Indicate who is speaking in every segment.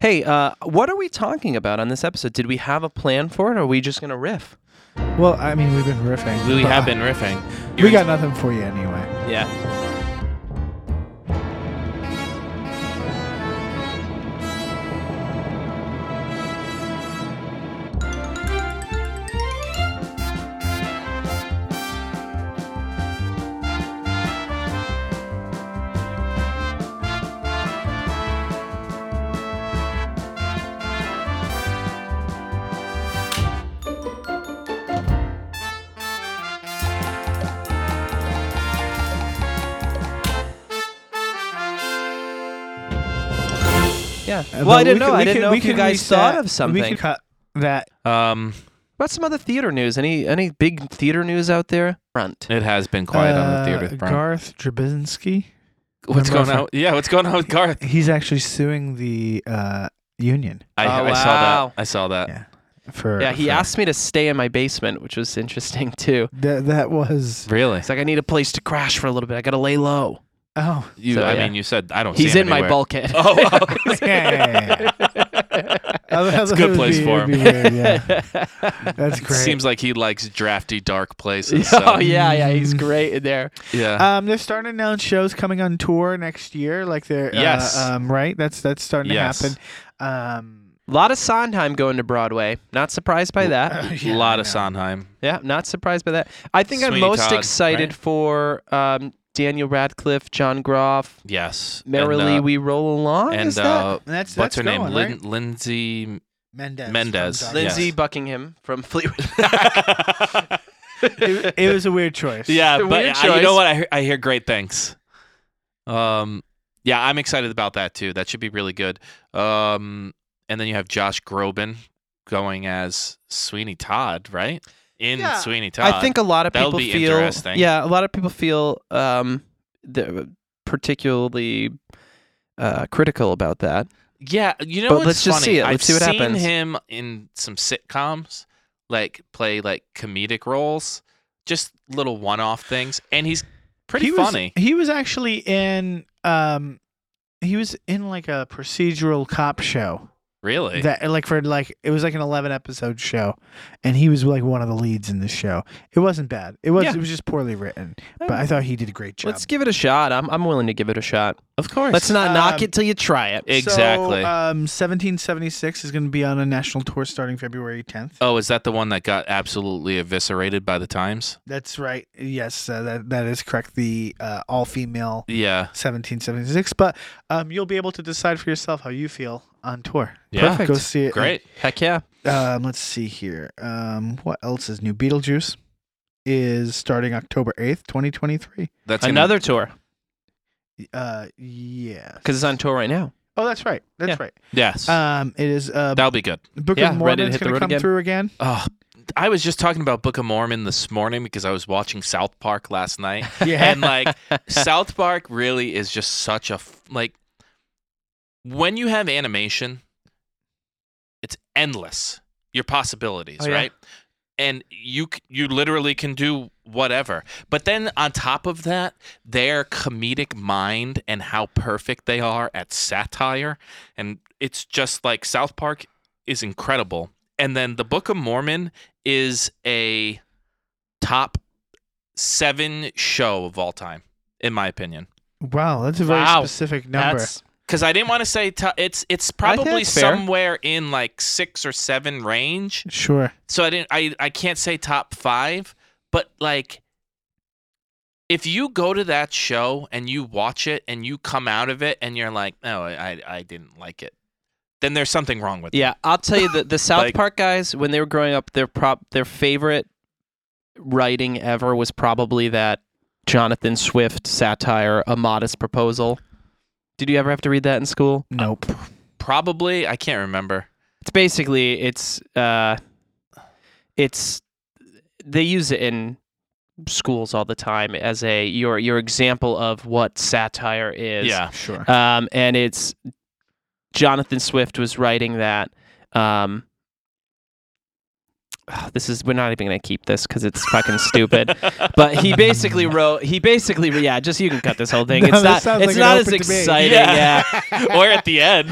Speaker 1: Hey, uh, what are we talking about on this episode? Did we have a plan for it, or are we just gonna riff?
Speaker 2: Well, I mean, we've been riffing.
Speaker 3: We
Speaker 2: but
Speaker 3: have been riffing.
Speaker 2: We got nothing for you anyway.
Speaker 3: Yeah.
Speaker 1: Yeah.
Speaker 2: Uh,
Speaker 1: well,
Speaker 2: but
Speaker 1: I didn't
Speaker 2: we
Speaker 1: know.
Speaker 2: could- we
Speaker 1: I didn't
Speaker 2: could-
Speaker 1: know
Speaker 2: we
Speaker 1: if you
Speaker 2: could
Speaker 1: guys
Speaker 2: use
Speaker 1: thought
Speaker 2: that-
Speaker 1: of something.
Speaker 2: We could cut that.
Speaker 3: Um,
Speaker 1: What about some other theater news? Any any big theater news out there? Front.
Speaker 3: it has been quiet on the
Speaker 2: uh,
Speaker 3: theater front.
Speaker 2: Garth Drabinsky.
Speaker 3: what's going
Speaker 2: remember-
Speaker 3: on? Yeah, what's going on with Garth?
Speaker 2: He's actually suing the uh, union
Speaker 3: I,
Speaker 1: Oh,
Speaker 3: I saw
Speaker 1: wow.
Speaker 3: that. I saw that.
Speaker 2: Yeah. for.
Speaker 1: Yeah, he
Speaker 2: for-
Speaker 1: asked me to stay in my basement, which was interesting too.
Speaker 2: That that was.
Speaker 3: Really?
Speaker 1: It's like I need a place to crash for a little bit. I gotta lay low.
Speaker 2: Oh.
Speaker 3: You,
Speaker 1: So,
Speaker 3: I
Speaker 1: yeah.
Speaker 3: mean, you said I don't.
Speaker 1: He's
Speaker 3: see
Speaker 1: in
Speaker 3: him
Speaker 1: my
Speaker 3: anywhere.
Speaker 1: bulkhead.
Speaker 3: Oh, oh.
Speaker 2: Yeah. yeah, yeah, yeah. I thought
Speaker 3: a
Speaker 2: that
Speaker 3: good
Speaker 2: would
Speaker 3: place
Speaker 2: be-
Speaker 3: for
Speaker 2: would be weird, yeah. That's great.
Speaker 3: seems like he likes drafty, dark places.
Speaker 1: oh
Speaker 3: So,
Speaker 1: yeah, yeah, he's great in there.
Speaker 3: yeah.
Speaker 2: Um, they're starting to announce shows coming on tour next year. Like they're uh,
Speaker 3: Yes.
Speaker 2: um, right. That's that's starting
Speaker 3: Yes.
Speaker 2: to Um, happen.
Speaker 1: A lot of Sondheim going to Broadway. Not surprised by that.
Speaker 2: Um,
Speaker 3: a lot of
Speaker 2: songs.
Speaker 3: Sondheim.
Speaker 1: Yeah, not surprised by that. I think I'm
Speaker 3: Sweeney
Speaker 1: most
Speaker 3: Todd,
Speaker 1: excited
Speaker 3: right?
Speaker 1: for um, Daniel Radcliffe, John Groff,
Speaker 3: Yes.
Speaker 1: Merrily
Speaker 3: and, uh,
Speaker 1: We Roll Along.
Speaker 3: and
Speaker 1: is that?
Speaker 3: uh,
Speaker 2: That's, that's
Speaker 3: what's her
Speaker 2: going,
Speaker 3: name?
Speaker 2: Right?
Speaker 3: Lin- Lindsay.
Speaker 2: Mendez.
Speaker 3: Mendez,
Speaker 2: from Dog
Speaker 3: yes.
Speaker 1: Lindsay
Speaker 2: Days.
Speaker 1: Buckingham from Fleetwood.
Speaker 2: it, it was a weird choice.
Speaker 3: yeah,
Speaker 1: It's a
Speaker 3: but
Speaker 1: weird
Speaker 3: I, you know
Speaker 1: choice.
Speaker 3: what? I hear, I hear great things. Um, yeah, I'm excited about that too. That should be really good. Um, and then you have Josh Groban going as Sweeney Todd, right? In
Speaker 1: Yeah.
Speaker 3: Sweeney Todd.
Speaker 1: I think a lot of
Speaker 3: That'll
Speaker 1: people
Speaker 3: be
Speaker 1: feel.
Speaker 3: interesting.
Speaker 1: Yeah, a lot of people feel um, the, particularly uh, critical about that.
Speaker 3: Yeah, you know
Speaker 1: But
Speaker 3: what's
Speaker 1: let's just
Speaker 3: funny?
Speaker 1: see it. Let's
Speaker 3: I've
Speaker 1: see what
Speaker 3: seen
Speaker 1: happens.
Speaker 3: him in some sitcoms, like play like comedic roles, just little one-off things, and he's pretty
Speaker 2: he was,
Speaker 3: funny.
Speaker 2: He was actually in um, he was in like a procedural cop show
Speaker 3: really?
Speaker 2: that like for like it was like an eleven episode show, and he was like one of the leads in the show. It wasn't bad. It was
Speaker 1: Yeah.
Speaker 2: it was just poorly written, but I thought he did a great job.
Speaker 1: Let's give it a shot. I'm, I'm willing to give it a shot.
Speaker 3: of course.
Speaker 1: Let's not knock
Speaker 2: Um,
Speaker 1: it till you try it.
Speaker 3: It- Exactly.
Speaker 2: So, um, 1776 is going to be on a national tour starting February 10th.
Speaker 3: Oh, is that the one that got absolutely eviscerated by the Times?
Speaker 2: That's right. Yes, uh, that that is correct. The uh, all female
Speaker 3: Yeah.
Speaker 2: 1776. But um, you'll be able to decide for yourself how you feel on tour.
Speaker 3: Yeah.
Speaker 1: Perfect.
Speaker 2: Go see it.
Speaker 3: Great.
Speaker 1: Heck yeah.
Speaker 2: Um, let's see here. Um, what else is new? Beetlejuice is starting October 8th, 2023.
Speaker 3: That's gonna-
Speaker 1: Another tour
Speaker 2: Uh, yeah.
Speaker 1: because it's on tour right now.
Speaker 2: Oh, that's right. That's
Speaker 1: Yeah.
Speaker 2: right.
Speaker 3: yes.
Speaker 2: Um, it is uh,
Speaker 3: That'll be good.
Speaker 2: Book
Speaker 1: yeah,
Speaker 2: of
Speaker 1: ready to
Speaker 2: Mormon's
Speaker 1: hit the
Speaker 2: going to
Speaker 1: road
Speaker 2: come
Speaker 1: again.
Speaker 2: through again.
Speaker 3: Oh, I was just talking about Book of Mormon this morning because I was watching South Park last night.
Speaker 2: Yeah.
Speaker 3: and like South Park really is just such a f- like when you have animation, it's endless your possibilities,
Speaker 2: Oh, yeah.
Speaker 3: right? And you c- you literally can do whatever. But then on top of that, their comedic mind and how perfect they are at satire, and it's just like South Park is incredible. And then the Book of Mormon is a top seven show of all time, in my opinion.
Speaker 2: Wow, that's a very
Speaker 1: Wow.
Speaker 2: specific number.
Speaker 1: That's
Speaker 3: Because I didn't want to say t- it's it's
Speaker 1: think
Speaker 3: probably
Speaker 1: that's fair.
Speaker 3: somewhere in like six or seven range.
Speaker 2: Sure.
Speaker 3: So I didn't I I can't say top five, but like if you go to that show and you watch it and you come out of it and you're like, no, I I, I didn't like it, then there's something wrong with it.
Speaker 1: Yeah, I'll tell you the the South
Speaker 3: Like-
Speaker 1: Park guys when they were growing up, their prop their favorite writing ever was probably that Jonathan Swift satire, A Modest Proposal. Did you ever have to read that in school?
Speaker 2: Nope.
Speaker 3: Probably I can't remember.
Speaker 1: It's basically it's uh it's they use it in schools all the time as a your your example of what satire is.
Speaker 3: yeah.
Speaker 2: Sure.
Speaker 1: um, and it's Jonathan Swift was writing that. Um, this is we're not even gonna keep this because it's fucking stupid. But he basically wrote he basically yeah just you can cut this whole thing.
Speaker 2: No,
Speaker 1: it's
Speaker 2: this
Speaker 1: not
Speaker 2: sounds
Speaker 1: it's
Speaker 2: like an
Speaker 1: not as
Speaker 2: open to me.
Speaker 1: exciting.
Speaker 3: Yeah.
Speaker 1: Yeah.
Speaker 3: or at the end.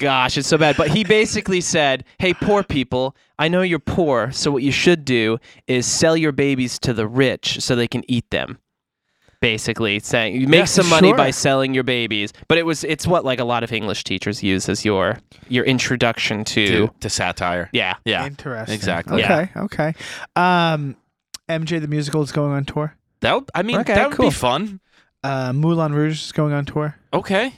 Speaker 1: gosh, it's so bad. But he basically said, "Hey, poor people, I know you're poor, so what you should do is sell your babies to the rich so they can eat them." Basically, saying you make
Speaker 2: Yeah,
Speaker 1: some money
Speaker 2: sure.
Speaker 1: by selling your babies. But it was it's what like a lot of English teachers use as your your introduction to
Speaker 3: to, to satire.
Speaker 1: yeah.
Speaker 3: Yeah.
Speaker 2: Interesting.
Speaker 3: Exactly.
Speaker 2: Okay. Okay. Um, MJ the musical is going on tour.
Speaker 3: That would, I mean,
Speaker 1: Okay,
Speaker 3: that would
Speaker 1: cool.
Speaker 3: be fun.
Speaker 2: Uh, Moulin Rouge is going on tour,
Speaker 3: Okay.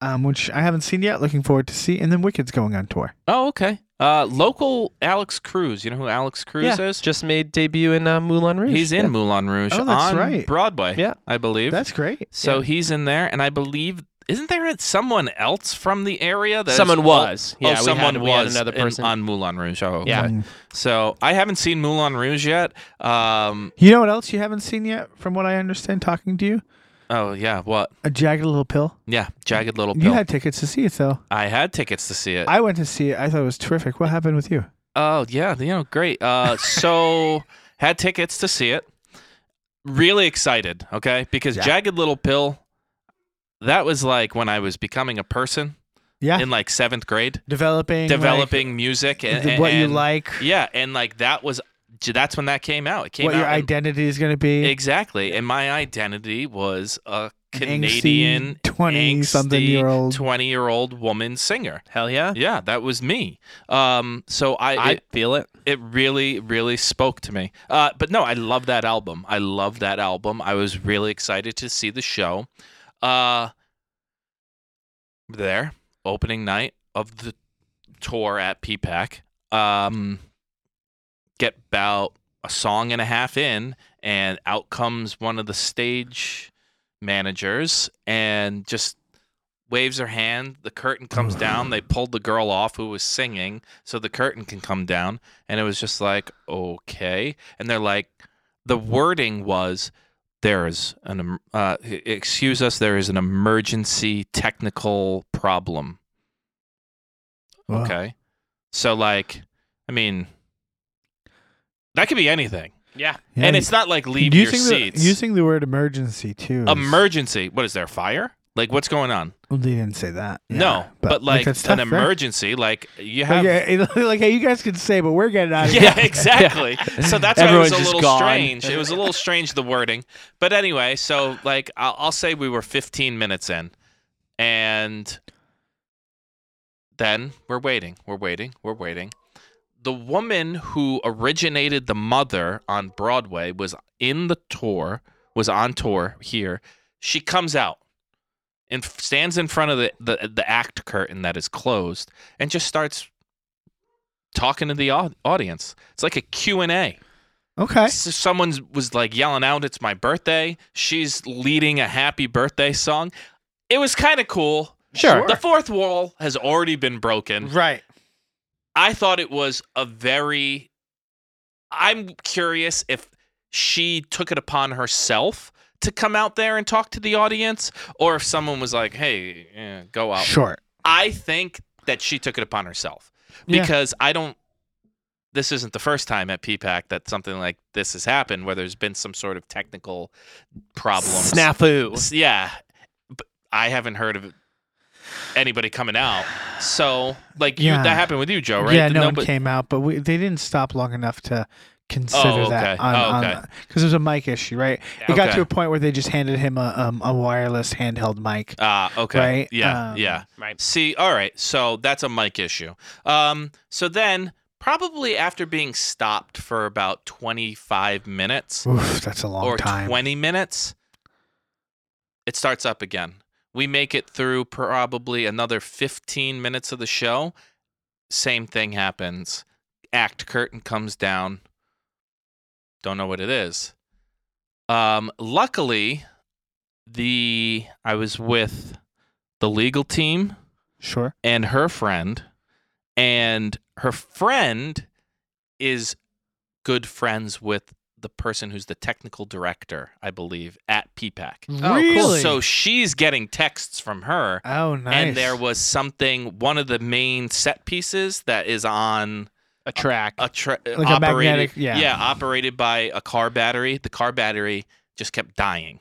Speaker 2: um, which I haven't seen yet. Looking forward to see. And then Wicked's going on tour.
Speaker 3: Oh, okay. Uh, local Alex Cruz. You know who Alex Cruz is?
Speaker 1: Just made debut in uh, Moulin Rouge.
Speaker 3: He's in
Speaker 1: Yeah.
Speaker 3: Moulin Rouge
Speaker 2: Oh, that's
Speaker 3: on
Speaker 2: right.
Speaker 3: Broadway.
Speaker 1: Yeah.
Speaker 3: I believe.
Speaker 2: That's great.
Speaker 3: so he's in there, and I believe isn't there someone else from the area that is-
Speaker 1: Someone was.
Speaker 3: Oh,
Speaker 1: Yeah, we
Speaker 3: someone
Speaker 1: had-
Speaker 3: was
Speaker 1: we had another
Speaker 3: in-
Speaker 1: person.
Speaker 3: on Moulin Rouge. Oh, okay.
Speaker 1: Yeah.
Speaker 2: Mm.
Speaker 3: So I haven't seen Moulin Rouge yet. Um.
Speaker 2: You know what else you haven't seen yet? From what I understand, talking to you,
Speaker 3: Oh yeah. What?
Speaker 2: a jagged little pill.
Speaker 3: Yeah. Jagged Little
Speaker 2: You
Speaker 3: Pill.
Speaker 2: had tickets to see it though.
Speaker 3: I had tickets to see it.
Speaker 2: I went to see it. I thought it was terrific. What happened with you?
Speaker 3: Oh yeah, you know, great. Uh, so had tickets to see it. Really excited, okay? Because
Speaker 2: Yeah.
Speaker 3: Jagged Little Pill, that was like when I was becoming a person
Speaker 2: Yeah,
Speaker 3: in like seventh grade,
Speaker 2: developing,
Speaker 3: developing music
Speaker 2: like,
Speaker 3: and,
Speaker 2: the- what you
Speaker 3: and-
Speaker 2: like,
Speaker 3: Yeah, and like that was that's when that came out. It came
Speaker 2: what
Speaker 3: out
Speaker 2: your
Speaker 3: in-
Speaker 2: identity is going to be.
Speaker 3: exactly, and my identity was a
Speaker 2: Angsty
Speaker 3: Canadian
Speaker 2: 20 something year old.
Speaker 3: twenty year old woman singer.
Speaker 1: Hell yeah.
Speaker 3: Yeah, that was me. Um, so I,
Speaker 1: I feel it.
Speaker 3: it really really spoke to me uh, but no i love that album i love that album i was really excited to see the show uh, there opening night of the tour at ppac um, get about a song and a half in and out comes one of the stage managers and just waves her hand the curtain comes down they pulled the girl off who was singing so the curtain can come down and it was just like okay and they're like the wording was there is an em- uh, e- excuse us there is an emergency technical problem
Speaker 2: Wow.
Speaker 3: okay so like i mean that could be anything yeah,
Speaker 2: Yeah,
Speaker 3: and
Speaker 2: you-
Speaker 3: it's not like leave your
Speaker 2: using
Speaker 3: seats
Speaker 2: The, using the word emergency too. is-
Speaker 3: emergency what is there fire like what's going on
Speaker 2: Well, they didn't say that. Yeah,
Speaker 3: no but, like,
Speaker 2: that's
Speaker 3: an
Speaker 2: tough, right?
Speaker 3: emergency like you
Speaker 2: Like,
Speaker 3: have
Speaker 2: yeah, like, hey, you guys can say, but we're getting out of here.
Speaker 3: yeah, exactly. So that's why it
Speaker 1: Everyone's
Speaker 3: was a
Speaker 1: just
Speaker 3: little
Speaker 1: gone.
Speaker 3: strange. It was a little strange the wording, but anyway. So like, I'll, I'll say we were 15 minutes in, and then we're waiting, we're waiting, we're waiting. The woman who originated the mother on Broadway was in the tour, was on tour here. She comes out and f- stands in front of the, the, the act curtain that is closed and just starts talking to the au- audience. It's like a Q&A.
Speaker 2: Okay.
Speaker 3: So someone was like yelling out, "It's my birthday." She's leading a happy birthday song. It was kind of cool.
Speaker 1: Sure.
Speaker 3: The fourth wall has already been broken.
Speaker 2: Right.
Speaker 3: I thought it was a very. I'm curious if she took it upon herself to come out there and talk to the audience, or if someone was like, "Hey, eh, go out."
Speaker 2: Short.
Speaker 3: I think that she took it upon herself
Speaker 2: Yeah.
Speaker 3: because I don't. This isn't the first time at PPAC that something like this has happened, where there's been some sort of technical problem.
Speaker 1: Snafu.
Speaker 3: Yeah, but I haven't heard of anybody coming out. So, like you,
Speaker 2: Yeah.
Speaker 3: that happened with you, Joe, right?
Speaker 2: Yeah,
Speaker 3: The
Speaker 2: no one
Speaker 3: nobody-
Speaker 2: came out, but we, they didn't stop long enough to consider
Speaker 3: Oh,
Speaker 2: that
Speaker 3: okay.
Speaker 2: on,
Speaker 3: Oh, okay.
Speaker 2: because it was a mic issue, right? It got
Speaker 3: Okay.
Speaker 2: to a point where they just handed him a um, a wireless handheld mic.
Speaker 3: Ah, okay.
Speaker 2: Right?
Speaker 3: Yeah,
Speaker 2: Um,
Speaker 3: yeah.
Speaker 1: Right.
Speaker 3: See, all right. So that's a mic issue. Um, so then probably after being stopped for about 25 minutes,
Speaker 2: Oof, that's a long
Speaker 3: or
Speaker 2: time.
Speaker 3: 20 minutes, it starts up again. We make it through probably another 15 minutes of the show. Same thing happens. Act curtain comes down. Don't know what it is. Um, luckily, the I was with the legal team
Speaker 2: Sure.
Speaker 3: and her friend, and her friend is good friends with the person who's the technical director, I believe, at PPAC.
Speaker 2: really?
Speaker 3: So she's getting texts from her,
Speaker 2: oh, nice.
Speaker 3: and there was something, one of the main set pieces that is on
Speaker 1: a track.
Speaker 3: a tra- uh,
Speaker 2: a
Speaker 3: operated,
Speaker 2: magnetic- yeah.
Speaker 3: yeah. operated by a car battery. The car battery just kept dying.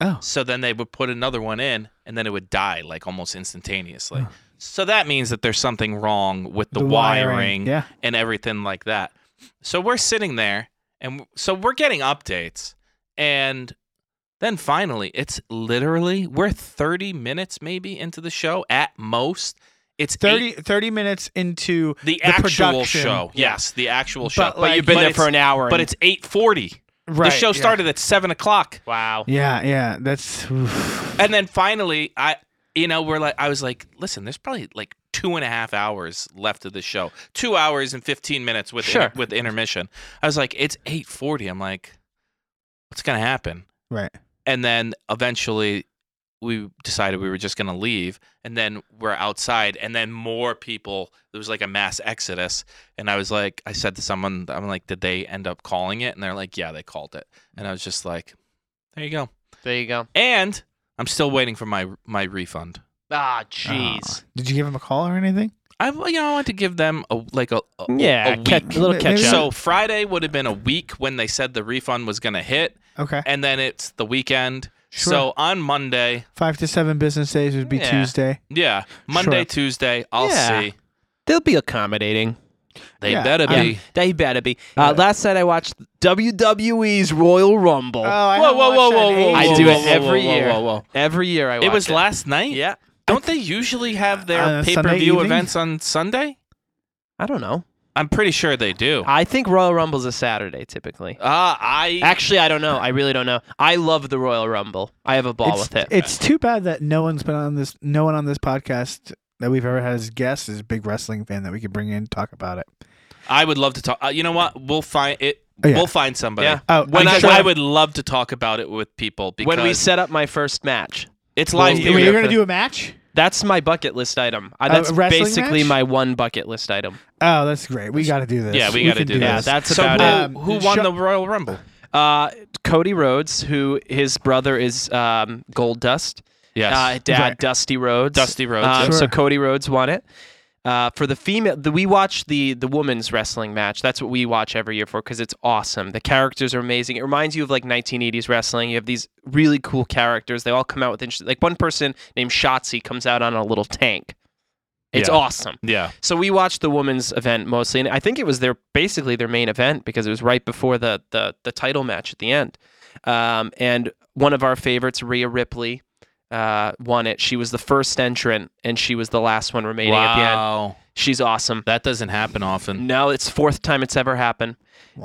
Speaker 2: Oh.
Speaker 3: So then they would put another one in, and then it would die like almost instantaneously.
Speaker 2: Huh.
Speaker 3: So that means that there's something wrong with the, wiring,
Speaker 2: Yeah.
Speaker 3: and everything like that. So we're sitting there, and so we're getting updates, and then finally, it's literally we're 30 minutes maybe into the show at most. It's 30
Speaker 2: 30, 30 minutes into
Speaker 3: the actual
Speaker 2: production.
Speaker 3: show. Yes, the actual show.
Speaker 2: But,
Speaker 1: but you've been
Speaker 3: but
Speaker 1: there
Speaker 3: it's-
Speaker 1: for an hour.
Speaker 3: but
Speaker 1: and-
Speaker 3: it's eight forty.
Speaker 2: right.
Speaker 3: the show
Speaker 2: yeah.
Speaker 3: started at seven o'clock,
Speaker 1: wow.
Speaker 2: Yeah, yeah. That's oof.
Speaker 3: and then finally, I, you know, we're like, I was like, listen, there's probably like two and a half hours left of the show, two hours and fifteen minutes with
Speaker 1: Sure.
Speaker 3: with intermission. I was like, it's eight forty. I'm like, what's gonna happen?
Speaker 2: right.
Speaker 3: And then eventually, we decided we were just gonna leave, and then we're outside, and then more people. There was like a mass exodus, and I was like, I said to someone, I'm like, did they end up calling it? And they're like, yeah, they called it, and I was just like, there you go.
Speaker 1: There you go.
Speaker 3: And I'm still waiting for my my refund.
Speaker 1: Ah,
Speaker 2: Oh.
Speaker 1: jeez.
Speaker 2: Did you give him a call or anything?
Speaker 3: I you know I want to give them a like a, a
Speaker 1: yeah,
Speaker 3: a
Speaker 1: catch,
Speaker 3: week.
Speaker 1: a little
Speaker 2: Maybe-
Speaker 1: catch up.
Speaker 3: so Friday would have been a week when they said the refund was gonna hit,
Speaker 2: Okay.
Speaker 3: and then it's the weekend.
Speaker 2: Sure.
Speaker 3: So on Monday,
Speaker 2: Five to seven business days would be
Speaker 1: Yeah.
Speaker 2: Tuesday.
Speaker 3: yeah, Monday
Speaker 2: Sure.
Speaker 3: Tuesday, I'll
Speaker 1: Yeah.
Speaker 3: see.
Speaker 1: They'll be accommodating.
Speaker 3: They
Speaker 2: Yeah,
Speaker 3: better be.
Speaker 1: Yeah, they better be. Uh,
Speaker 2: Yeah.
Speaker 1: Last night I watched WWE's Royal Rumble.
Speaker 2: Oh, I
Speaker 3: Whoa, whoa, whoa, whoa, whoa!
Speaker 1: I
Speaker 3: whoa,
Speaker 1: do
Speaker 3: whoa,
Speaker 1: it
Speaker 3: whoa,
Speaker 1: every
Speaker 3: whoa,
Speaker 1: year.
Speaker 3: Whoa, whoa,
Speaker 1: Every year I watch
Speaker 3: It was
Speaker 1: it.
Speaker 3: last night.
Speaker 1: Yeah.
Speaker 3: Don't they usually have their
Speaker 2: Uh, Sunday
Speaker 3: pay-per-view
Speaker 2: evening?
Speaker 3: events on Sunday?
Speaker 1: I don't know.
Speaker 3: I'm pretty sure they do.
Speaker 1: I think Royal Rumble's a Saturday typically.
Speaker 3: Ah, I
Speaker 1: Actually, I don't know. I really don't know. I love the Royal Rumble. I have a ball
Speaker 2: it's,
Speaker 1: with it.
Speaker 2: It's too bad that no one's been on this. No one on this podcast that we've ever had as guest is a big wrestling fan that we could bring in and talk about it.
Speaker 3: I would love to talk. Uh, you know what? We'll find it.
Speaker 2: Yeah.
Speaker 3: We'll find somebody.
Speaker 1: Yeah.
Speaker 2: Oh,
Speaker 3: When
Speaker 2: I'm
Speaker 3: I,
Speaker 2: sure-
Speaker 3: I would love to talk about it with people because
Speaker 1: when we set up my first match,
Speaker 3: it's
Speaker 1: Well,
Speaker 3: live
Speaker 1: we-
Speaker 2: Wait,
Speaker 3: theater.
Speaker 2: you're gonna do a match?
Speaker 1: that's my bucket list item. Uh,
Speaker 2: A
Speaker 1: that's
Speaker 2: wrestling
Speaker 1: basically
Speaker 2: match?
Speaker 1: my one bucket list item.
Speaker 2: Oh, that's great. We got to do this.
Speaker 3: yeah, we got to
Speaker 2: can
Speaker 3: do,
Speaker 1: do
Speaker 3: that.
Speaker 1: this. Yeah, that's
Speaker 3: so
Speaker 1: about
Speaker 3: who,
Speaker 2: it. Um,
Speaker 3: Who won
Speaker 2: shut-
Speaker 3: the Royal Rumble?
Speaker 1: Uh, Cody Rhodes, who his brother is um, Gold Dust.
Speaker 3: Yes.
Speaker 1: Uh, dad
Speaker 2: Right.
Speaker 1: Dusty Rhodes.
Speaker 3: Dusty Rhodes,
Speaker 1: Um,
Speaker 2: yeah.
Speaker 1: So
Speaker 2: Sure.
Speaker 1: Cody Rhodes won it. Uh, for the female, the, we watch the the women's wrestling match. That's what we watch every year for because it's awesome. The characters are amazing. It reminds you of like 1980s wrestling. You have these really cool characters. They all come out with interesting. Like one person named Shotzi comes out on a little tank. It's
Speaker 3: Yeah.
Speaker 1: awesome.
Speaker 3: yeah.
Speaker 1: So we watched the women's event mostly, and I think it was their basically their main event because it was right before the the, the title match at the end. Um, and one of our favorites, Rhea Ripley, uh, won it. She was the first entrant, and she was the last one remaining at the end.
Speaker 3: Wow.
Speaker 1: She's awesome.
Speaker 3: That doesn't happen often.
Speaker 1: No, it's fourth time it's ever happened,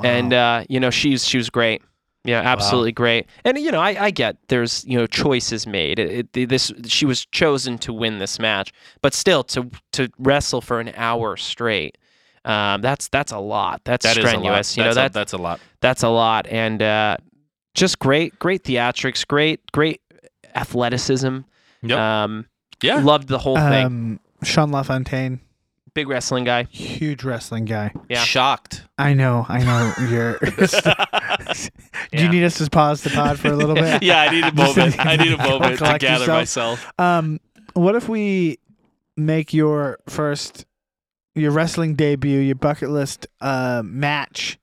Speaker 1: and uh, you know she's she was great. Yeah, absolutely great. And you know, I, I get there's you know choices made. It, it, this she was chosen to win this match, but still to to wrestle for an hour straight. Um, that's that's a lot. That's
Speaker 3: That is a lot.
Speaker 1: strenuous. You know
Speaker 3: That's a-
Speaker 1: that
Speaker 3: that's a lot.
Speaker 1: that's a lot, and uh, just great great theatrics, great great athleticism.
Speaker 3: Yep.
Speaker 1: Um,
Speaker 3: yeah.
Speaker 1: loved the whole thing.
Speaker 2: um, Sean LaFontaine,
Speaker 1: Big wrestling guy.
Speaker 2: huge wrestling guy.
Speaker 1: yeah.
Speaker 3: Shocked.
Speaker 2: I know, I know. You're. Do
Speaker 1: Yeah.
Speaker 2: you need us to pause the pod for a little bit?
Speaker 3: yeah, I need a moment. I need a moment to
Speaker 2: Collect
Speaker 3: gather
Speaker 2: yourself.
Speaker 3: myself.
Speaker 2: Um, what if we make your first your wrestling debut, your bucket list uh match,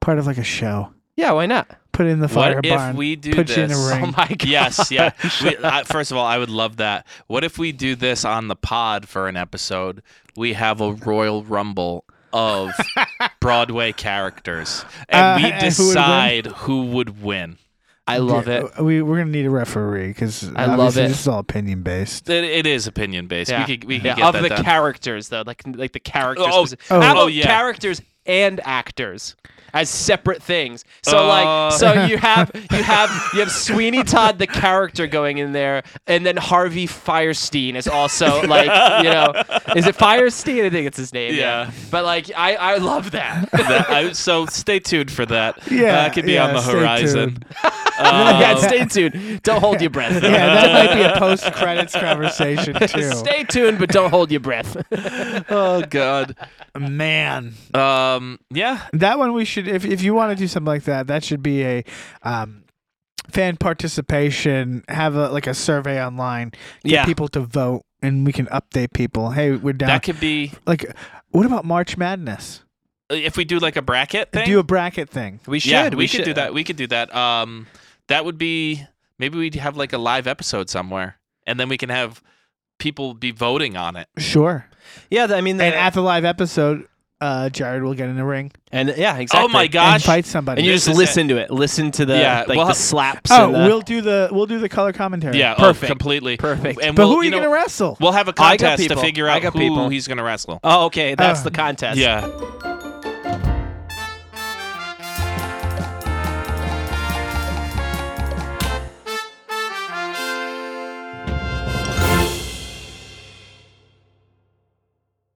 Speaker 2: part of like a show?
Speaker 1: Yeah, why not?
Speaker 2: Put it in the fire
Speaker 3: What
Speaker 2: barn.
Speaker 3: if we do
Speaker 2: put
Speaker 3: this?
Speaker 2: you in a ring.
Speaker 1: Oh my god.
Speaker 3: Yes, Mm, yeah. We, I, first of all, I would love that. What if we do this on the pod for an episode? We have a Royal Rumble of Broadway characters, and
Speaker 2: Uh,
Speaker 3: we
Speaker 2: and who would win?
Speaker 3: decide who would win.
Speaker 1: I love
Speaker 2: Yeah,
Speaker 1: it.
Speaker 2: We we're gonna need a referee because
Speaker 1: I love it.
Speaker 2: This is all opinion based.
Speaker 3: It, it is opinion based.
Speaker 1: Yeah.
Speaker 3: We could we could
Speaker 1: Yeah,
Speaker 3: get
Speaker 1: of
Speaker 3: that
Speaker 1: the
Speaker 3: done.
Speaker 1: characters though, like like the characters.
Speaker 3: Oh,
Speaker 1: speci-
Speaker 2: oh.
Speaker 1: How
Speaker 3: oh,
Speaker 1: about
Speaker 3: yeah.
Speaker 1: characters and actors as separate things? So
Speaker 3: Uh.
Speaker 1: like, so you have you have you have Sweeney Todd the character going in there, and then Harvey Firestein is also like you know, is it Firestein? I think it's his name.
Speaker 3: Yeah.
Speaker 1: But like, I I love that.
Speaker 3: That- I- so stay tuned for that.
Speaker 2: Yeah,
Speaker 3: that could be
Speaker 2: yeah,
Speaker 3: on the
Speaker 2: stay
Speaker 3: horizon.
Speaker 2: tuned.
Speaker 1: yeah,
Speaker 3: Um,
Speaker 1: stay tuned. Don't hold your breath.
Speaker 2: Yeah, that might be a post credits conversation too.
Speaker 1: Stay tuned, but don't hold your breath.
Speaker 3: oh God.
Speaker 2: Man,
Speaker 3: Um. Yeah.
Speaker 2: that one we should if if you want to do something like that, that should be a um fan participation. Have a like a survey online. Get
Speaker 1: Yeah.
Speaker 2: people to vote, and we can update people. Hey, we're down.
Speaker 3: That could be
Speaker 2: like What about March Madness?
Speaker 3: If we do like a bracket thing,
Speaker 2: Do a bracket thing.
Speaker 1: We should.
Speaker 3: yeah, we,
Speaker 1: should
Speaker 3: could do that. We could do that. Um, that would be maybe we'd have like a live episode somewhere, and then we can have people be voting on it. Oh
Speaker 2: Sure.
Speaker 1: Yeah, th- I mean,
Speaker 2: And
Speaker 1: and,
Speaker 2: at the live episode, uh, Jared will get in a ring
Speaker 1: and yeah, exactly.
Speaker 3: Oh my
Speaker 2: and
Speaker 3: gosh!
Speaker 2: fight somebody.
Speaker 1: And you
Speaker 3: This
Speaker 1: just
Speaker 3: is
Speaker 1: listen to it. Listen to the
Speaker 3: Yeah,
Speaker 1: like
Speaker 3: we'll
Speaker 1: the
Speaker 3: have-
Speaker 1: slaps.
Speaker 2: oh,
Speaker 1: and the-
Speaker 2: we'll do the we'll do the color commentary.
Speaker 3: yeah,
Speaker 1: Perfect.
Speaker 3: Oh, completely.
Speaker 1: perfect.
Speaker 3: And
Speaker 2: But
Speaker 3: we'll,
Speaker 2: who are you,
Speaker 3: know,
Speaker 2: gonna wrestle?
Speaker 3: We'll have a
Speaker 1: I got
Speaker 3: contest to
Speaker 1: people.
Speaker 3: figure
Speaker 1: I
Speaker 3: out
Speaker 1: got
Speaker 3: who
Speaker 1: people.
Speaker 3: he's gonna wrestle.
Speaker 1: oh, okay, that's
Speaker 2: Uh,
Speaker 1: the contest.
Speaker 3: Yeah.